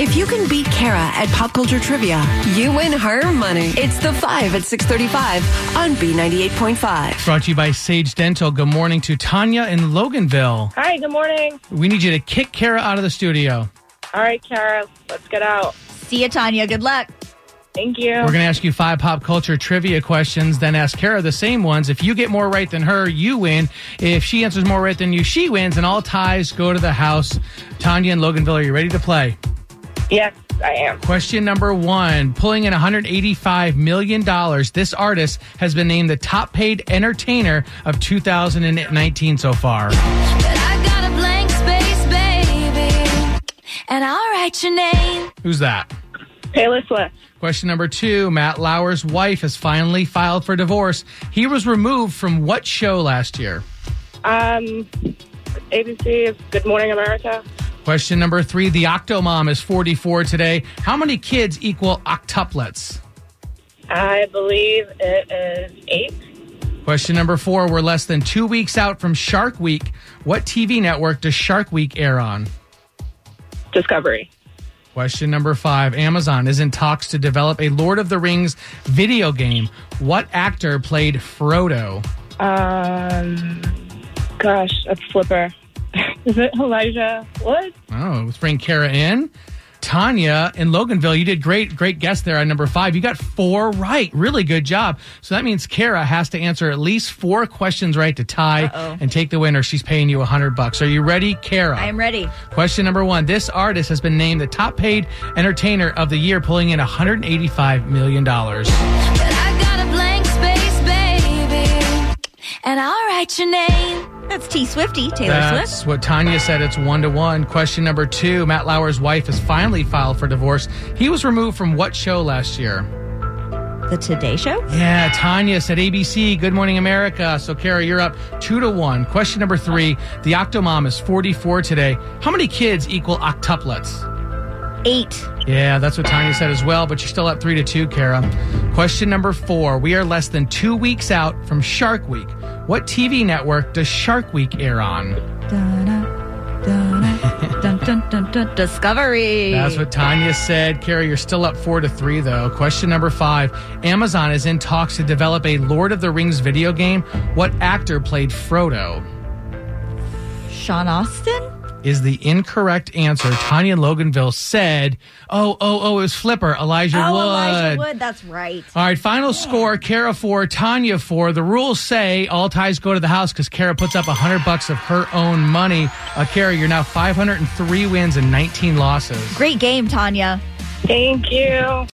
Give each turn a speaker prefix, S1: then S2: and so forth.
S1: If you can beat Kara at Pop Culture Trivia, you win her money. It's the 5 at 635 on B98.5.
S2: Brought to you by Sage Dental. Good morning to Tanya in Loganville.
S3: Hi, good morning.
S2: We need you to kick Kara out of the studio.
S3: All right, Kara, let's get out.
S4: See you, Tanya. Good luck.
S3: Thank you.
S2: We're going to ask you five pop culture trivia questions, then ask Kara the same ones. If you get more right than her, you win. If she answers more right than you, she wins, and all ties go to the house. Tanya and Loganville, are you ready to play?
S3: yes, I am.
S2: Question number one Pulling in $185 million, this artist has been named the top paid entertainer of 2019 so far.
S5: But I got a blank space, baby. And I'll write your name.
S2: Who's that?
S3: Taylor Swift.
S2: Question number two Matt Lauer's wife has finally filed for divorce. He was removed from what show last year?
S3: Um, ABC, Good Morning America.
S2: Question number three The Octomom is 44 today. How many kids equal octuplets?
S3: I believe it is eight.
S2: Question number four We're less than two weeks out from Shark Week. What TV network does Shark Week air on?
S3: Discovery.
S2: Question number five Amazon is in talks to develop a Lord of the Rings video game. What actor played Frodo?
S3: Um, gosh, a flipper. is it Elijah Wood?
S2: Oh, let's bring Kara in. Tanya in Loganville, you did great, great guess there on number five. You got four right. Really good job. So that means Kara has to answer at least four questions right to tie and take the winner. She's paying you a hundred bucks. Are you ready, Kara?
S4: I am ready.
S2: Question number one. This artist has been named the top paid entertainer of the year, pulling in $185 million.
S5: But I got a blank space, baby. And I'll write your name.
S4: That's T Swifty, Taylor Swift.
S2: That's what Tanya said. It's one to one. Question number two. Matt Lauer's wife has finally filed for divorce. He was removed from what show last year?
S4: The Today Show.
S2: Yeah, Tanya said ABC, Good Morning America. So, Kara, you're up two to one. Question number three The Octomom is 44 today. How many kids equal octuplets?
S4: Eight.
S2: Yeah, that's what Tanya said as well, but you're still up three to two, Kara. Question number four We are less than two weeks out from Shark Week. What TV network does Shark Week air on?
S4: Dun-dun, dun-dun, dun-dun, dun-dun. Discovery.
S2: That's what Tanya said. Kara, you're still up four to three, though. Question number five Amazon is in talks to develop a Lord of the Rings video game. What actor played Frodo?
S4: Sean Austin.
S2: is the incorrect answer. Tanya Loganville said, "Oh, oh, oh, it was Flipper, Elijah
S4: Oh,
S2: Wood."
S4: Elijah Wood. That's right.
S2: All right, final score: Kara four, Tanya four. The rules say all ties go to the house because Kara puts up hundred bucks of her own money. Uh, Kara, you're now 503 wins and 19 losses.
S4: Great game, Tanya.
S3: Thank you.